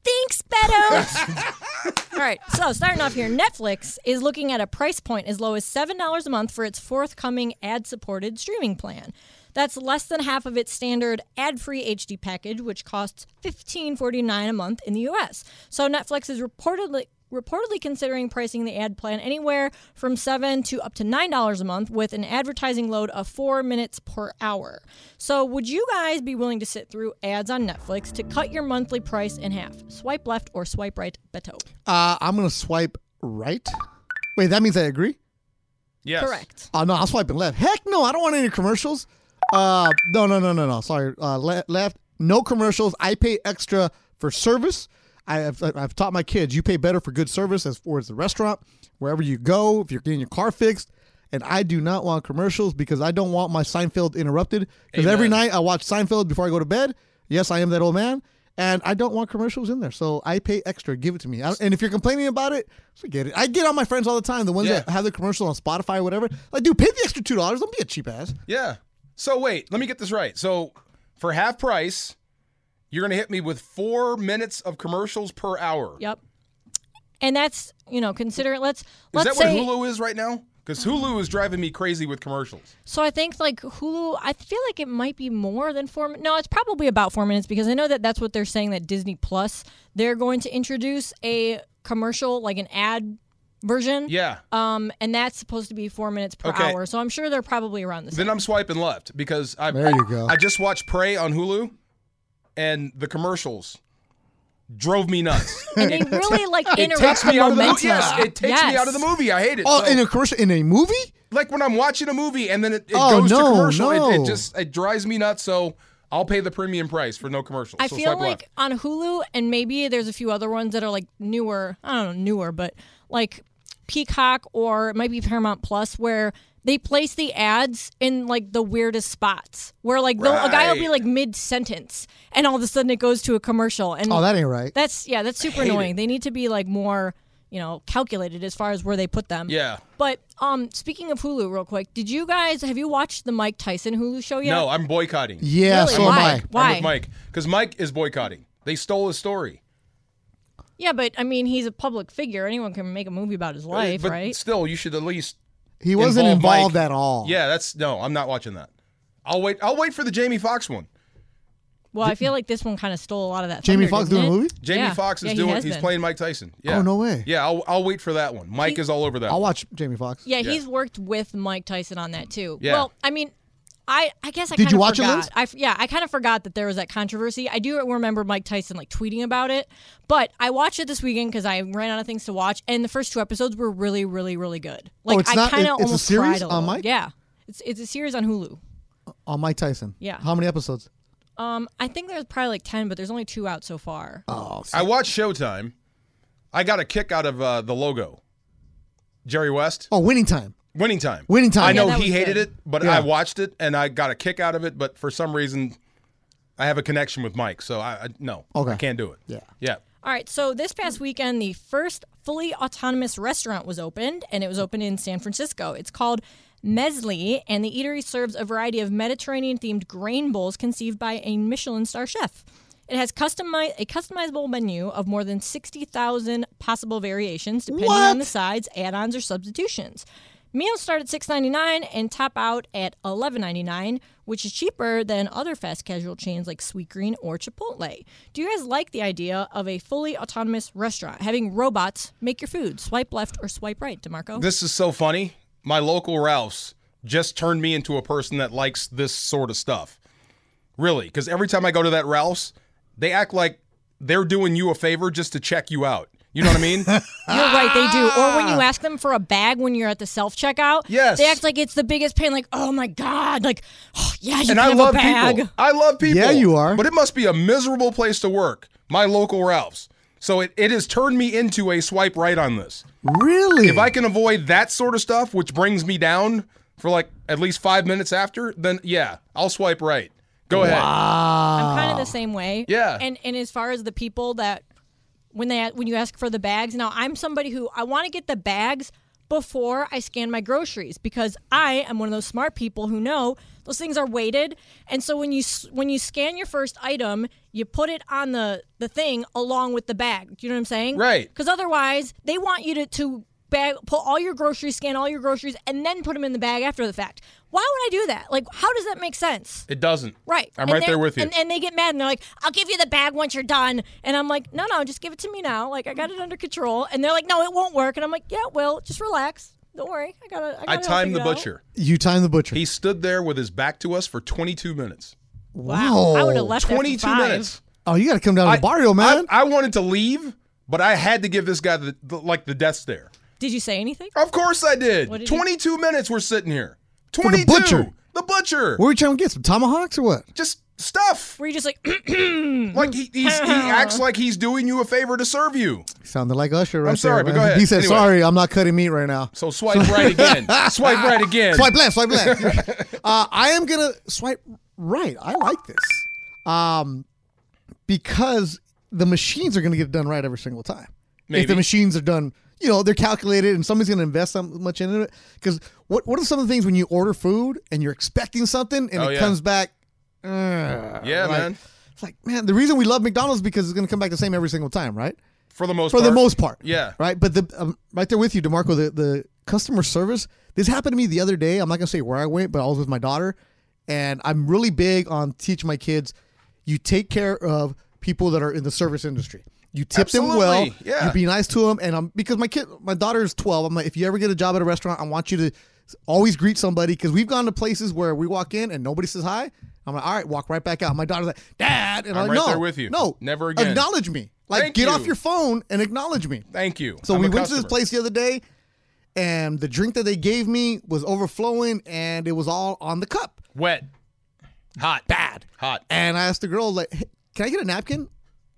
Thanks, Beto. All right, so starting off here, Netflix is looking at a price point as low as $7 a month for its forthcoming ad supported streaming plan. That's less than half of its standard ad free HD package, which costs $15.49 a month in the US. So Netflix is reportedly. Reportedly considering pricing the ad plan anywhere from seven to up to nine dollars a month, with an advertising load of four minutes per hour. So, would you guys be willing to sit through ads on Netflix to cut your monthly price in half? Swipe left or swipe right, Beto.
Uh, I'm gonna swipe right. Wait, that means I agree?
yes.
Correct.
Oh no, I'm swiping left. Heck no, I don't want any commercials. Uh, no, no, no, no, no. Sorry, uh, le- left. No commercials. I pay extra for service. I have, I've taught my kids you pay better for good service as far as the restaurant, wherever you go, if you're getting your car fixed. And I do not want commercials because I don't want my Seinfeld interrupted. Because every night I watch Seinfeld before I go to bed. Yes, I am that old man. And I don't want commercials in there. So I pay extra. Give it to me. I, and if you're complaining about it, forget it. I get on my friends all the time, the ones
Yeah.
that have the commercial on Spotify or whatever. Like, dude, pay the extra two dollars. Don't be a cheap ass.
Yeah. So wait, let me get this right. So for half price, you're gonna hit me with four minutes of commercials per hour.
Yep. And that's you know consider let's
Is
let's
that
say
what Hulu is right now? Because Hulu is driving me crazy with commercials.
so I think like Hulu I feel like it might be more than four min- no it's probably about four minutes because I know that that's what they're saying that Disney Plus they're going to introduce a commercial like an ad version
Yeah.
um and that's supposed to be four minutes per
Okay.
hour so I'm sure they're probably around the same
Then I'm swiping left because I
There you go.
I just watched Prey on Hulu, and the commercials drove me nuts.
and they really like interrupt
takes
the
me out of the
momentum
movie. Yes, it takes me
Yes.
out of the movie. I hate it.
Oh,
So,
in a commercial in a movie?
like when I'm watching a movie and then it, it
Oh,
goes
no,
to commercial, it,
no.
it just it drives me nuts. So I'll pay the premium price for no commercials.
I
so
feel
swipe
like
left.
on Hulu and maybe there's a few other ones that are like newer. I don't know, newer, but like Peacock or it might be Paramount Plus where they place the ads in like the weirdest spots where like they'll a guy will be
Right.
like mid sentence and all of a sudden it goes to a commercial and
Oh, that ain't right.
that's yeah that's super
hate
annoying.
it.
They need to be like more you know calculated as far as where they put them.
Yeah.
But um speaking of Hulu, real quick, did you guys have you watched the Mike Tyson Hulu show yet?
No, I'm boycotting.
yeah,
Really?
so am
Why?
I.
I'm
Why?
with Mike because Mike is boycotting. They stole his story.
Yeah, but I mean, he's a public figure. Anyone can make a movie about his life,
Uh, but
right?
still, you should at least.
He wasn't
involve Mike.
involved at all.
Yeah, that's no. I'm not watching that. I'll wait. I'll wait for the Jamie Foxx one.
Well, I feel like this one kind of stole a lot of that.
Jamie
thunder,
Foxx
didn't
doing a
it?
movie?
Jamie
Yeah.
Foxx is
Yeah, he
doing.
has
He's
been.
playing Mike Tyson. Yeah.
Oh, no way.
Yeah, I'll, I'll wait for that one. Mike is all over that.
I'll
one.
watch Jamie Foxx.
Yeah,
Yeah.
he's worked with Mike Tyson on that too.
Yeah.
Well, I mean, I, I guess I
Did
kinda
you watch it,
forgot.
Liz?
I f- yeah, I kind of forgot that there was that controversy. I do remember Mike Tyson like tweeting about it, but I watched it this weekend because I ran out of things to watch, and the first two episodes were really, really, really good. Like
Oh, it's
I
not-
kind
it-
of
it's a
almost
series
cried a
on
little.
Mike?
Yeah, it's it's a series on Hulu.
on Mike Tyson.
Yeah.
How many episodes?
Um, I think there's probably like ten, but there's only two out so far.
I watched Showtime. I got a kick out of uh, the logo. Jerry West.
Oh, winning time.
Winning time.
Winning Time.
I know
Yeah, that
he
was
hated
good.
it, but
Yeah.
I watched it and I got a kick out of it. But for some reason, I have a connection with Mike, so I, I no,
Okay.
I can't do it.
Yeah.
yeah.
All right, so this past weekend, the first fully autonomous restaurant was opened, and it was opened in San Francisco. It's called Mesli, and the eatery serves a variety of Mediterranean themed grain bowls conceived by a Michelin star chef. It has customi- a customizable menu of more than 60,000 possible variations, depending on the sides, add ons, or substitutions. Meals start at $6.99 and top out at $11.99, which is cheaper than other fast casual chains like Sweetgreen or Chipotle. Do you guys like the idea of a fully autonomous restaurant having robots make your food? Swipe left or swipe right, DeMarco?
This is so funny. My local Ralph's just turned me into a person that likes this sort of stuff. Really, because every time I go to that Ralph's, they act like they're doing you a favor just to check you out. You know what I mean?
You're right, they do. Or when you ask them for a bag when you're at the self checkout,
Ah! Yes.
they act like it's the biggest pain, like, oh my God, like, oh, yeah, you
and
can
I
have
love
a bag.
people. I love people.
Yeah, you are.
But it must be a miserable place to work. My local Ralph's. So it, it has turned me into a swipe right on this.
Really?
If I can avoid that sort of stuff, which brings me down for like at least five minutes after, then yeah, I'll swipe right. Go ahead.
I'm kind of the same way.
Yeah.
And and as far as the people that when they when you ask for the bags, now I'm somebody who I want to get the bags before I scan my groceries because I am one of those smart people who know those things are weighted. And so when you s- when you scan your first item, you put it on the the thing along with the bag. Do you know what I'm saying?
Right.
Because otherwise, they want you to to bag pull all your groceries, scan all your groceries, and then put them in the bag after the fact. Why would I do that? Like, how does that make sense?
It doesn't.
Right.
I'm
And
right
they-
there with you.
And, and they get mad and they're like, I'll give you the bag once you're done. And I'm like, no, no, just give it to me now. Like, I got it under control. And they're like, no, it won't work. And I'm like, yeah, it will. Just relax. Don't worry. I got to. I,
I
got
timed the butcher.
you time the butcher.
He stood there with his back to us for 22 minutes.
Wow. I would have left after
22
five.
minutes.
oh, you got to come down to the barrio, man.
I, I wanted to leave, but I had to give this guy the, the like the death stare.
Did you say anything?
Of course I did.
did you-
22 minutes we're sitting here. 22.
the butcher.
The butcher.
Where are you trying to get some tomahawks or what?
Just stuff.
Were you just like, Mm-hmm.
Like he, he's, he acts like he's doing you a favor to serve you.
Sounded like Usher. Right
sorry,
there,
but go
man.
ahead.
He said,
Anyway.
"Sorry, I'm not cutting meat right now."
So swipe right again. Swipe right again.
Swipe left, swipe left. uh, I am gonna swipe right. I like this um, because the machines are gonna get it done right every single time.
Maybe.
If the machines are done, you know they're calculated, and somebody's gonna invest that much in it. Because what what are some of the things when you order food and you're expecting something and
Oh,
it
yeah.
comes back? "Ugh,"
Yeah,
like-
man.
It's like man, the reason we love McDonald's is because it's gonna come back the same every single time, right?
For the most
for
part.
the most part.
Yeah.
Right. But the um, right there with you, Demarco. The the customer service. This happened to me the other day. I'm not gonna say where I went, but I was with my daughter, and I'm really big on teaching my kids. You take care of people that are in the service industry. You tip them well.
Absolutely, yeah.
You be nice to them, and I'm because my kid, my daughter is 12. I'm like, if you ever get a job at a restaurant, I want you to always greet somebody because we've gone to places where we walk in and nobody says hi. I'm like, all right, walk right back out. My daughter's like, Dad, and I'm,
I'm
like,
right
no,
there with you.
No,
Never again."
Acknowledge me. Like,
Thank
get
you.
off your phone and acknowledge me.
Thank you.
So
I'm
we
a
went to
customer.
this place the other day, and the drink that they gave me was overflowing, and it was all on the cup.
Wet. Hot. Bad. Hot.
And I asked the girl, like, hey, "Can I get a napkin?"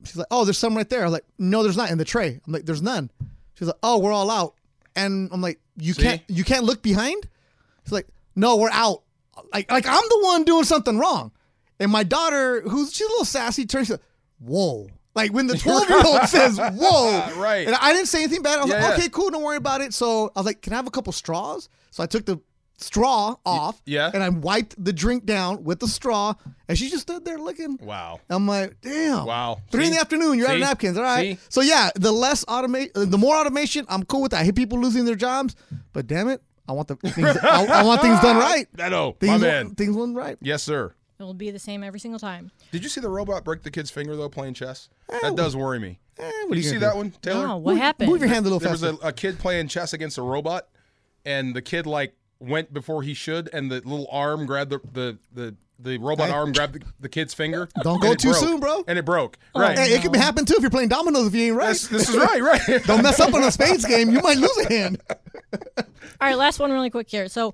She's like, "Oh, there's some right there." I'm like, "No, there's not in the tray." I'm like, "There's none." She's like, "Oh, we're all out." And I'm like, "You
See?
can't, you can't look behind." She's like, "No, we're out." Like, like I'm the one doing something wrong. And my daughter, who's she's a little sassy, turns. She's like, "Whoa." Like when the 12 year old says, Whoa.
Right.
And I didn't say anything bad. I was
Yeah,
like,
yeah.
okay, cool, don't worry about it. So I was like, can I have a couple straws? So I took the straw off.
yeah.
And I wiped the drink down with the straw. And she just stood there looking.
Wow.
I'm like, damn.
Wow.
Three in
See?
the afternoon, you're out of
See?
napkins. All right.
See?
So yeah, the less automate, the more automation, I'm cool with that. I hate people losing their jobs, but damn it, I want the things, I, I want things done right.
I know. My
Things,
man.
things done right.
Yes, sir.
it'll be the same every single time.
Did you see the robot break the kid's finger though playing chess? That does worry me.
Eh, what
Did
are
you see
gonna
that
do?
one,
Oh,
Taylor?
what happened?
Move your hand a little
There was
faster.
a, a kid playing chess against a robot, and the kid like went before he should, and the little arm grabbed the the the, the robot
Hey.
arm grabbed the, the kid's finger.
Don't
and
go
it
too
broke.
soon, bro. Oh.
And it broke. right.
Hey, it could happen too if you're playing dominoes if you ain't right.
That's- this is right. Right.
Don't mess up on a spades game. You might lose a hand.
All right, last one really quick here. So,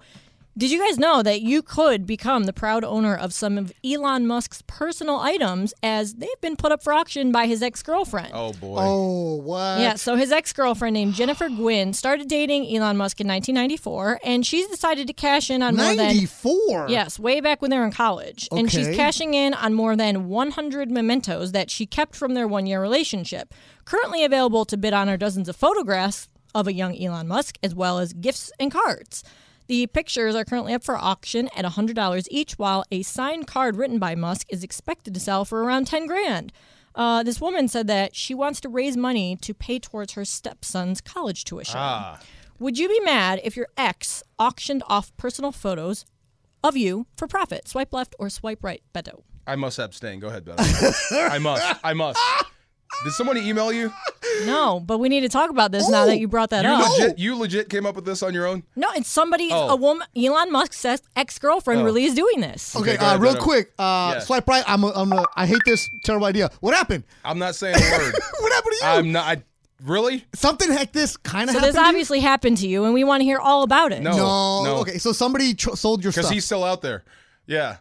did you guys know that you could become the proud owner of some of Elon Musk's personal items as they've been put up for auction by his ex girlfriend?
oh boy.
Oh, what?
Yeah, so his ex girlfriend named Jennifer Gwynn started dating Elon Musk in 1994, and she's decided to cash in on more than.
94.
Yes, way back when they were in college. And she's
Okay.
cashing in on more than 100 mementos that she kept from their one year relationship. Currently available to bid on are dozens of photographs of a young Elon Musk, as well as gifts and cards. The pictures are currently up for auction at $100 each, while a signed card written by Musk is expected to sell for around 10 grand. Uh, this woman said that she wants to raise money to pay towards her stepson's college tuition. Would you be mad if your ex auctioned off personal photos of you for profit. Swipe left or swipe right, Beto.
I must abstain. Go ahead, Beto. I must. I must. Did somebody email you?
No, but we need to talk about this now that you brought that
You
up.
legit, you legit came up with this on your own.
No, it's somebody,
Oh.
a woman, Elon Musk's ex
Oh.
girlfriend really is doing this.
Okay,
Okay, go
uh,
ahead,
real
Beto.
quick. Uh,
Yeah.
Swipe right. I'm a, I'm a, I hate this terrible idea. What happened?
I'm not saying a word.
What happened to you?
I'm not. I, really?
Something like this kind of
So
happened.
this
to you?
obviously happened to you, and we want to hear all about it.
No.
No.
No.
Okay, so somebody tr- sold your
Because
stuff.
he's still out there. Yeah.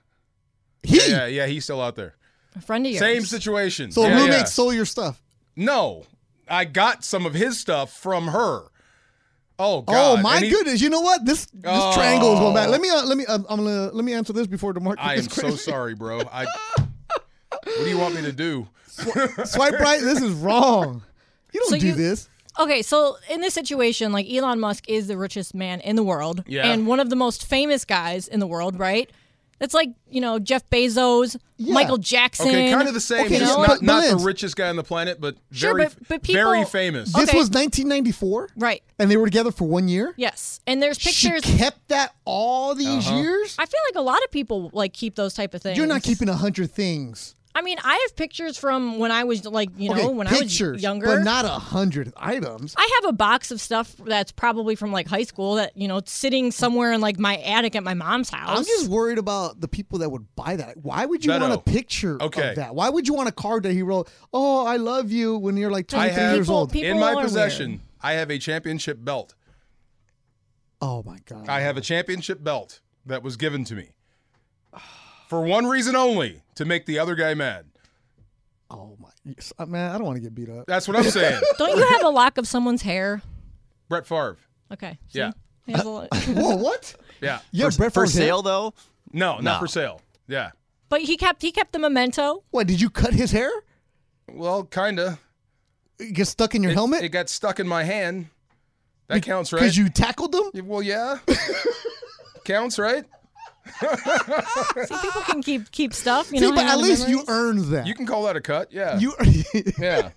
he.
Yeah. Yeah. He's still out there.
A friend of yours.
Same situation.
So a
yeah,
roommate
yeah.
sold your stuff.
No, I got some of his stuff from her. Oh God!
Oh my
And he- Oh.
goodness! You know what? This this triangle is going back. Let me uh, let me uh, I'm gonna let me answer this before the market.
I am
gets
so
crazy.
sorry, bro. I. what do you want me to do?
Swipe right. This is wrong. You don't
So
do
you-
this.
Okay, so in this situation, like Elon Musk is the richest man in the world
Yeah.
and one of the most famous guys in the world, right? That's like, you know, Jeff Bezos,
Yeah.
Michael Jackson.
Okay, kind of the same.
Okay,
He's
no,
not,
but-
not the
Lance-
richest guy on the planet, but
Sure,
very,
but- but
very
people-
famous.
This
Okay.
was 1994,
Right.
and they were together for one year.
Yes. And there's pictures.
She kept that all these
Uh-huh.
years.
I feel like a lot of people like keep those type of things.
You're not keeping a hundred things.
I mean, I have pictures from when I was like, you know,
okay,
when I
pictures,
was younger.
but not a hundred items.
I have a box of stuff that's probably from like high school that, you know, it's sitting somewhere in like my attic at my mom's house.
I'm just worried about the people that would buy that. Why would you
Beto.
want a picture
Okay.
of that? Why would you want a card that he wrote, "Oh, I love you" when you're like
I
23
have
years old?
people
in my
are
possession.
weird.
I have a championship belt.
Oh my god.
I have a championship belt that was given to me for one reason only: to make the other guy mad.
oh my yes, uh, man, I don't want to get beat up.
That's what I'm saying.
Don't you have a lock of someone's hair?
Brett Favre.
Okay. see?
Yeah.
He has a lo-
Whoa, what?
Yeah.
Yeah,
for, for sale though.
No, not
No.
for sale. Yeah.
but he kept he kept the memento.
What did you cut his hair?
Well, kinda.
It gets stuck in your helmet
It got stuck in my hand. That counts, right?
because you tackled them.
Yeah, Well, yeah. counts, right?
See, people can keep keep stuff. You
See,
know,
but
hang on
at
to
least you
memories.
earned that.
You can call that a cut. Yeah.
You-
yeah.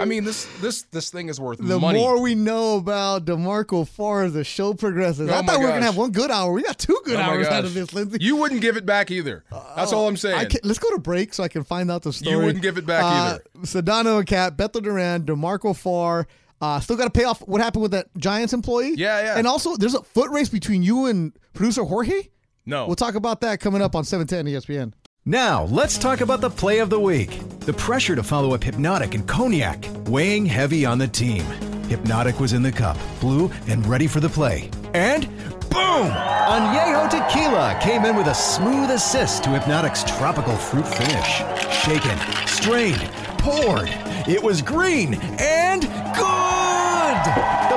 I mean, this this this thing is worth
the
money. Oh
more we know about Demarco Far as the show progresses,
Oh
I
my
thought we were gonna
gosh.
have one good hour. We got two good
Oh my
hours out
gosh.
of this, Lindsay.
You wouldn't give it back either. That's all I'm
I
saying.
can, let's go to break so I can find out the story.
wouldn't give it back
uh, either. Sedano and Cat, Bethel Duran, Demarco Far. Uh, still got to pay off what happened with that Giants employee.
Yeah, yeah.
And also, there's a foot race between you and producer Jorge.
no.
We'll talk about that coming up on E 710 ESPN.
Now, let's talk about the play of the week. The pressure to follow up Hypnotic and Cognac, weighing heavy on the team. Hypnotic was in the cup, blue, and ready for the play. And boom! Añejo Tequila came in with a smooth assist to Hypnotic's tropical fruit finish. Shaken, strained, poured. It was green and good! The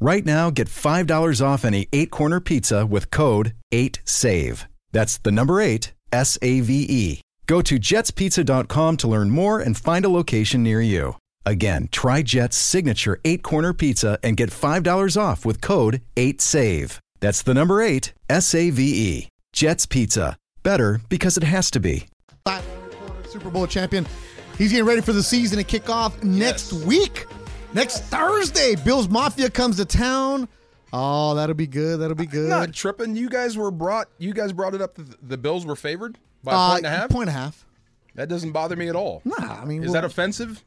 Right now, get $5 off any eight corner pizza with code 8SAVE. That's the number eight, S A V E. Go to jetspizza.com to learn more and find a location near you. Again, try Jet's signature eight corner pizza and get $5 off with code 8SAVE. That's the number eight, S A V E. Jets Pizza. Better because it has to be.
Five quarter Super Bowl champion. He's getting ready for the season to kick off next week. Next Thursday, Bills Mafia comes to town. Oh, that'll be good. That'll be good.
Not tripping. You guys were brought. You guys brought it up. That the Bills were favored by a
Uh,
point and a half.
Point and a half.
That doesn't bother me at all.
Nah, I mean,
is
well-
that offensive?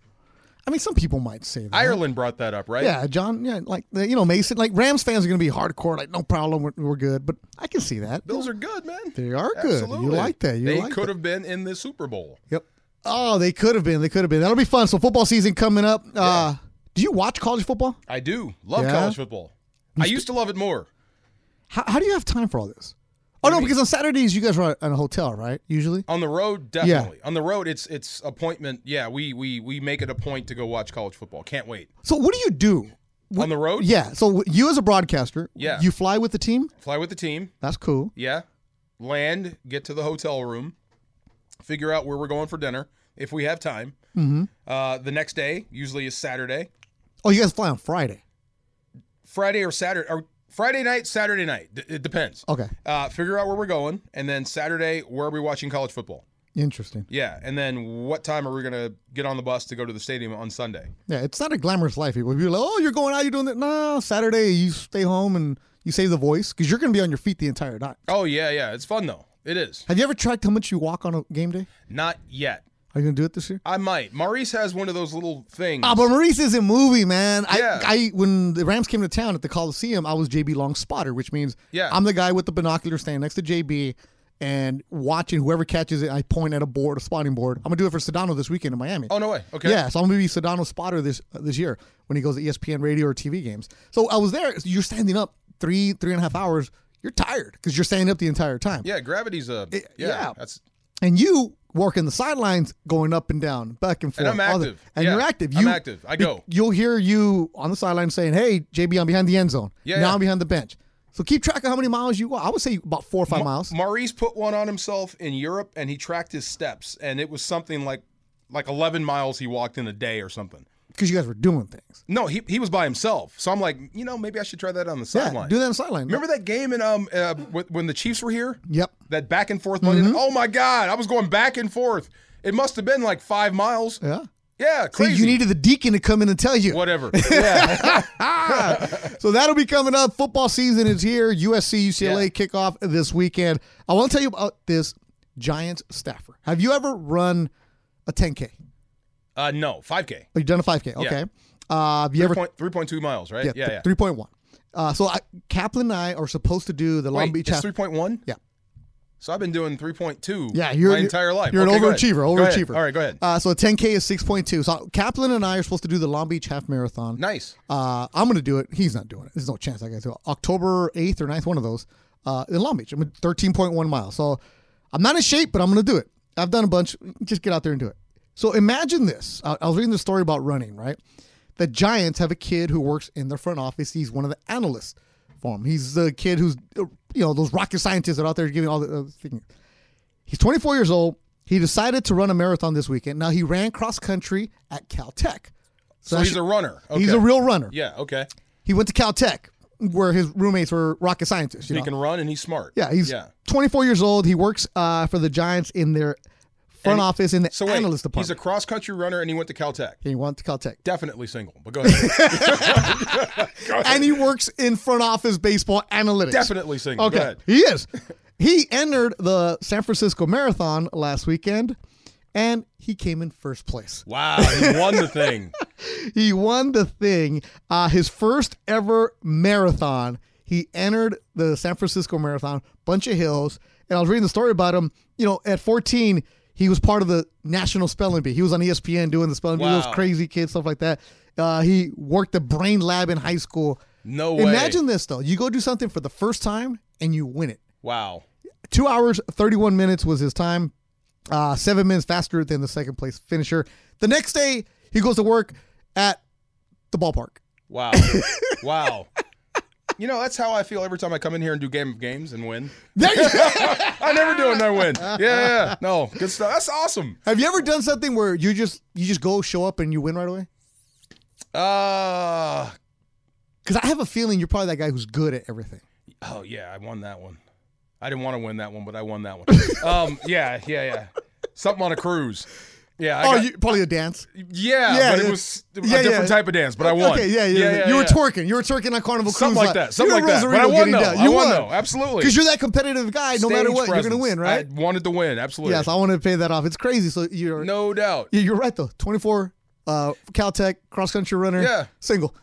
I mean, some people might say that.
Ireland brought that up, right?
Yeah, John. Yeah, like you know, Mason. Like Rams fans are going to be hardcore. Like, no problem, we're, we're good. But I can see that.
Bills are good, man.
They are good. You like that. You
they
like
could
that.
have been in the Super Bowl.
Yep. Oh, they could have been. They could have been. That'll be fun. So football season coming up. Uh, do you watch college football?
I do love
Yeah?
college football. I used to love it more.
How, how do you have time for all this? Oh no, because on Saturdays you guys are in a hotel, right? Usually.
On the road, definitely. On the road, it's it's appointment. Yeah, we we we make it a point to go watch college football. Can't wait.
So what do you do?
On the road,
Yeah. So you as a broadcaster,
Yeah.
you fly with the team.
fly with the team.
That's cool.
Yeah, land, get to the hotel room, figure out where we're going for dinner if we have time. Mm-hmm. Uh, the next day usually is Saturday,
Oh, you guys fly on Friday.
Friday or Saturday or Friday night, Saturday night. D- it depends.
Okay.
Uh, figure out where we're going, and then Saturday, where are we watching college football?
Interesting.
Yeah, and then what time are we gonna get on the bus to go to the stadium on Sunday?
Yeah, it's not a glamorous life. People be like, oh, you're going out, you're doing that. No, Saturday you stay home and you save the voice because you're going to be on your feet the entire night.
Oh yeah, yeah, it's fun though. It is
Have you ever tracked how much you walk on a game day?
not yet.
Are you going to do it this year?
I might. Maurice has one of those little things.
Ah, but Maurice is a movie, man.
Yeah.
I, I when the Rams came to town at the Coliseum, I was JB Long's spotter, which means
Yeah.
I'm the guy with the binocular standing next to JB and watching whoever catches it. I point at a board, a spotting board. I'm gonna do it for Sedano this weekend in Miami.
oh no way. Okay.
Yeah, so I'm gonna be Sedano's spotter this uh, this year when he goes to E ESPN radio or TV games. So I was there. You're standing up three three and a half hours. You're tired because you're standing up the entire time.
Yeah, gravity's a yeah,
yeah.
That's
And you work in the sidelines, going up and down, back and forth.
And I'm
all the-
active.
and
Yeah,
you're active.
I'm
You,
active. I go.
You'll hear you on the sideline saying, "Hey, JB, I'm behind the end zone.
Yeah,
now
yeah.
I'm behind the bench." So keep track of how many miles you walk. I would say about four or five miles.
Maurice put one on himself in Europe, and he tracked his steps, and it was something like like 11 miles he walked in a day or something.
because you guys were doing things.
No, he, he was by himself. So I'm like, you know, maybe I should try that on the
Yeah,
sideline.
do that on the sideline.
Remember that game in um uh, wh- when the Chiefs were here?
Yep.
That back and forth Monday.
Mm-hmm.
night? Oh my God, I was going back and forth. It must have been like five miles.
Yeah.
Yeah,
See,
crazy.
you needed the deacon to come in and tell you.
whatever. Yeah.
So that'll be coming up. Football season is here. USC UCLA kickoff this weekend. I want to tell you about this Giants staffer. Have you ever run a 10K?
uh, no, 5K.
Oh, you've done a 5K. Okay. Uh, have you ever?
Point, 3.2 miles, right?
yeah,
yeah. yeah.
3.1. Uh, so I, Kaplan and I are supposed to do the Long
Wait,
Beach
it's
Half-
3.1?
Yeah.
So I've been doing 3.2
Yeah, you're
my entire life.
You're
Okay,
an
go ahead.
overachiever.
Go ahead.
Overachiever.
All right, go ahead.
Uh, so a 10K is 6.2. So Kaplan and I are supposed to do the Long Beach Half Marathon.
nice.
Uh, I'm going to do it. He's not doing it. There's no chance I can do it. October 8th or 9th, one of those, uh, in Long Beach. I'm at 13.1 miles. So I'm not in shape, but I'm going to do it. I've done a bunch. Just get out there and do it. So imagine this. I, I was reading the story about running, right? The Giants have a kid who works in their front office. He's one of the analysts for him. He's the kid who's, uh, you know, those rocket scientists that are out there giving all the uh, things. He's 24 years old. He decided to run a marathon this weekend. Now he ran cross country at Caltech.
So
I
he's
should-
a runner.
He's
Okay.
a real runner.
Yeah, okay.
He went to Caltech, where his roommates were rocket scientists. You
He
know?
can run and he's smart.
yeah, he's
yeah.
24 years old. He works uh, for the Giants in their front
And he-
office in the
So wait,
analyst department.
he's a cross country runner and he went to Caltech.
and he went to Caltech,
Definitely single, but go ahead.
and he works in front office baseball analytics.
Definitely single. Go
Okay,
ahead.
he is. He entered the San Francisco Marathon last weekend, and he came in first place.
Wow, he won the thing.
he won the thing. Uh, his first ever marathon. He entered the San Francisco Marathon, bunch of hills. And I was reading the story about him. You know, at 14, he was part of the National Spelling Bee. He was on E ESPN doing the spelling bee,
Wow.
those crazy kids, stuff like that. Uh, he worked the brain lab in high school.
No way.
Imagine this, though. You go do something for the first time and you win it
Wow.
two hours 31 minutes was his time uh seven minutes faster than the second place finisher the next day he goes to work at the ballpark
Wow. Wow. You know, that's how I feel every time I come in here and do game of games and win.
There you-
I never do it and I win. Yeah, yeah, yeah. No, good stuff. That's awesome.
have you ever done something where you just you just go show up and you win right away
Uh,
because i have a feeling you're probably that guy who's good at everything
oh, yeah, I won that one. I didn't want to win that one, but I won that one. um, yeah, yeah, yeah. Something on a cruise. Yeah. I
Oh,
got-
you, probably a dance.
yeah,
yeah,
but
yeah.
it was a
Yeah,
different
yeah.
type of dance, but I won.
Okay, yeah, yeah. yeah, you were
yeah.
twerking. You were twerking on Carnival
Something
Cruise
like
Line.
that, something
You were
like that. But I
Rosarito
won,
getting
though.
down.
I
You
won,
won
though. Absolutely.
Because you're that competitive guy. no matter
Stage
what, you're gonna
presence.
win, right?
I wanted to win, absolutely.
Yes, I wanted to pay that off. It's crazy. So you're
no doubt.
Yeah, you're right though. 24, uh, Caltech cross country runner.
Yeah.
single.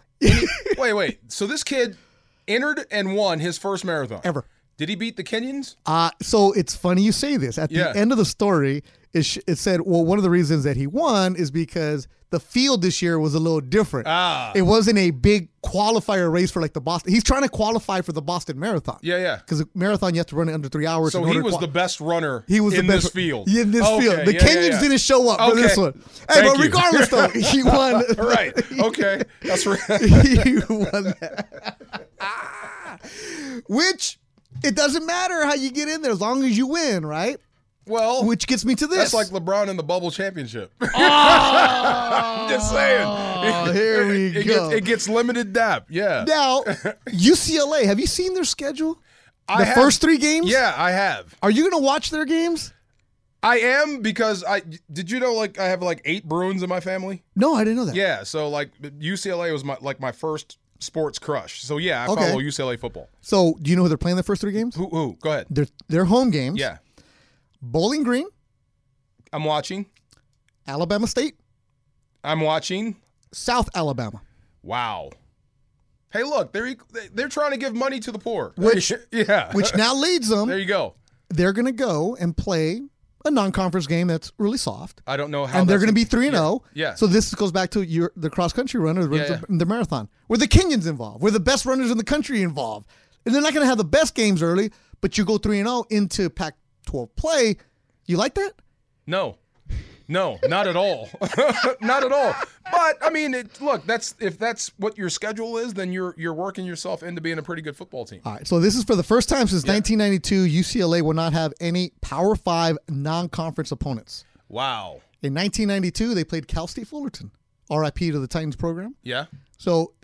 Wait, wait. So this kid entered and won his first marathon
Ever.
Did he beat the Kenyans?
Uh, so it's funny you say this. At the
Yeah.
end of the story, it, sh- it said, well, one of the reasons that he won is because the field this year was a little different.
Ah.
It wasn't a big qualifier race for like the Boston. He's trying to qualify for the Boston Marathon.
Yeah, yeah.
Because the marathon, you have to run it under three hours.
So
in
he
order to
was
qual-
the best runner
He was
in
the best
this field.
In this
Okay,
field, the
yeah, yeah,
Kenyans
yeah.
didn't show up for
Okay.
this one. Hey,
Thank
but
you.
regardless though, he won.
All right. Okay. That's right.
he won that. Ah! Which it doesn't matter how you get in there as long as you win, right?
Well,
Which gets me to this.
that's like LeBron in the bubble championship. I'm just saying.
Oh, here we
It,
go.
gets, it gets limited dap. Yeah.
now, UCLA, have you seen their schedule? The
I have-
first three games?
Yeah, I have.
Are you going to watch their games?
I am because I did you know like I have like eight Bruins in my family.
No, I didn't know that.
Yeah, so like UCLA was my like my first sports crush. So yeah, I
Okay.
follow UCLA football.
So, do you know who they're playing the first three games?
Who who? Go ahead.
They're, they're home games.
Yeah,
Bowling Green,
I'm watching.
Alabama State,
I'm watching.
South Alabama.
Wow. Hey, look, they're equ- they're trying to give money to the poor.
Which-
yeah,
Which now leads them.
there you go.
they're going to go and play a non-conference game that's really soft,
I don't know how.
and they're
that's-
going to be three and zero.
yeah.
So this goes back to your the cross country runner, the,
Yeah, yeah.
the marathon, where the Kenyans involved, where the best runners in the country involved, and they're not going to have the best games early, but you go three and zero into Pac twelve play. You like that?
No. No, not at all. not at all. But I mean, it, look, that's if that's what your schedule is, then you're you're working yourself into being a pretty good football team.
All right. So this is for the first time since 1992, UCLA will not have any Power Five non-conference opponents.
Wow.
In 1992, they played Cal State Fullerton. RIP to the Titans program.
Yeah.
So,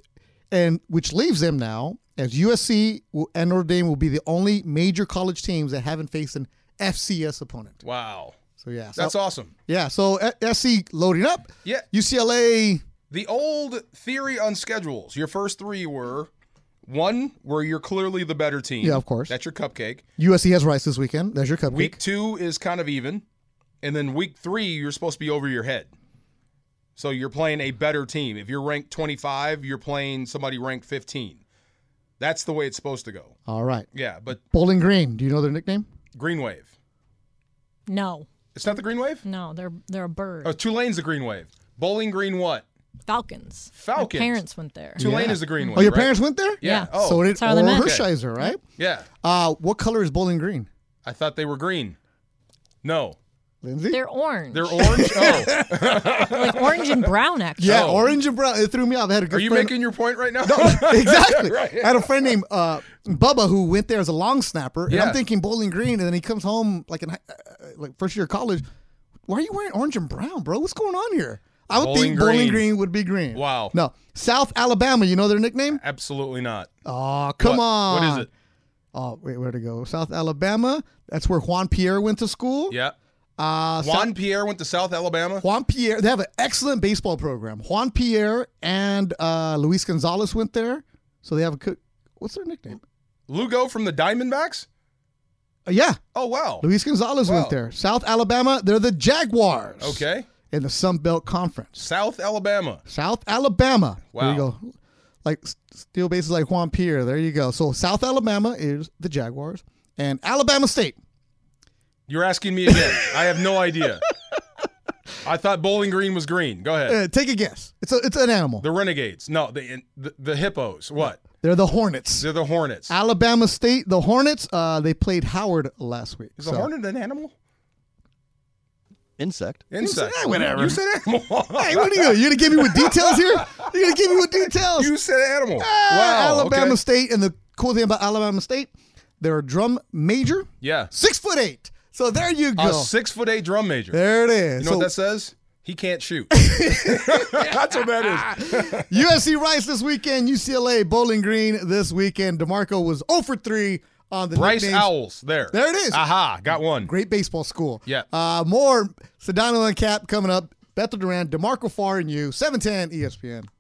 and which leaves them now as USC will, and Notre Dame will be the only major college teams that haven't faced an FCS opponent.
Wow.
So yeah, so,
That's awesome.
Yeah, so uh, SC loading up.
Yeah.
UCLA.
The old theory on schedules, your first three were one where you're clearly the better team.
Yeah, of course.
That's your cupcake.
USC has Rice this weekend. That's your cupcake.
Week two is kind of even. And then week three, you're supposed to be over your head. So you're playing a better team. If you're ranked 25, you're playing somebody ranked 15. That's the way it's supposed to go.
All right.
Yeah, but
Bowling Green. Do you know their nickname?
Green Wave.
No,
It's not the Green Wave?
no, they're they're a bird.
Oh, Tulane's the Green Wave. Bowling Green what?
Falcons.
Falcons.
My parents went there.
Tulane is the Green Wave.
Oh, your
right?
parents went there.
Yeah.
Yeah.
Oh,
so did
That's how they
Oral
met.
Hershiser, right?
yeah.
Uh, what color is Bowling Green?
I thought they were green. No.
Lindsay.
They're orange.
They're orange. Oh.
like orange and brown, actually.
yeah,
Oh.
orange and brown. It threw me off. I had a good
Are you
friend-
making your point right now?
exactly.
Right.
I had a friend named uh, Bubba who went there as a long snapper, and I'm
Yeah.
thinking Bowling Green, and then he comes home like in hi- uh, uh, like first year of college. Why are you wearing orange and brown, bro? What's going on here? I would
Bowling
think Bowling
Green.
Green would be green.
Wow.
No, South Alabama. You know their nickname?
Absolutely not.
Oh, come
What-
on.
What is it?
Oh, wait, where to go? South Alabama. That's where Juan Pierre went to school.
Yeah.
Uh, South-
Juan Pierre went to South Alabama.
Juan Pierre. They have an excellent baseball program. Juan Pierre and uh, Luis Gonzalez went there, so they have a good. What's their nickname?
Lugo from the Diamondbacks?
Uh, yeah,
Oh, wow.
Luis Gonzalez
Wow.
went there. South Alabama, they're the Jaguars.
Okay.
In the Sun Belt Conference.
South Alabama.
South Alabama. There you
Wow.
go. Like s- steel bases like Juan Pierre. There you go. So South Alabama is the Jaguars. And Alabama State.
You're asking me again. I have no idea. I thought Bowling Green was green. Go ahead.
Uh, take a guess. It's a, it's an animal.
The Renegades. No, the, the the hippos. What?
They're the Hornets.
They're the Hornets.
Alabama State, the Hornets, uh, they played Howard last week.
Is a
So-
hornet an animal?
Insect.
Insect.
Yeah, whatever.
You said animal.
Hey, what are you? You're gonna give me with details here? You're gonna give me with details?
You said animal.
Ah,
wow.
Alabama
okay.
State, and the cool thing about Alabama State, they're a drum major,
Yeah.
six foot eight. So there you go.
A six foot eight drum major.
there it is.
You know
so
what that says? He can't shoot. That's what that is.
USC Rice this weekend, UCLA Bowling Green this weekend. Demarco was 0 for three on the
Bryce
nicknames.
Owls. There.
There it is.
Aha. Got one.
Great baseball school.
Yeah.
Uh, E more Sedano and Cap coming up. Bethel Duran, DeMarco Farr, and you. 710 ESPN.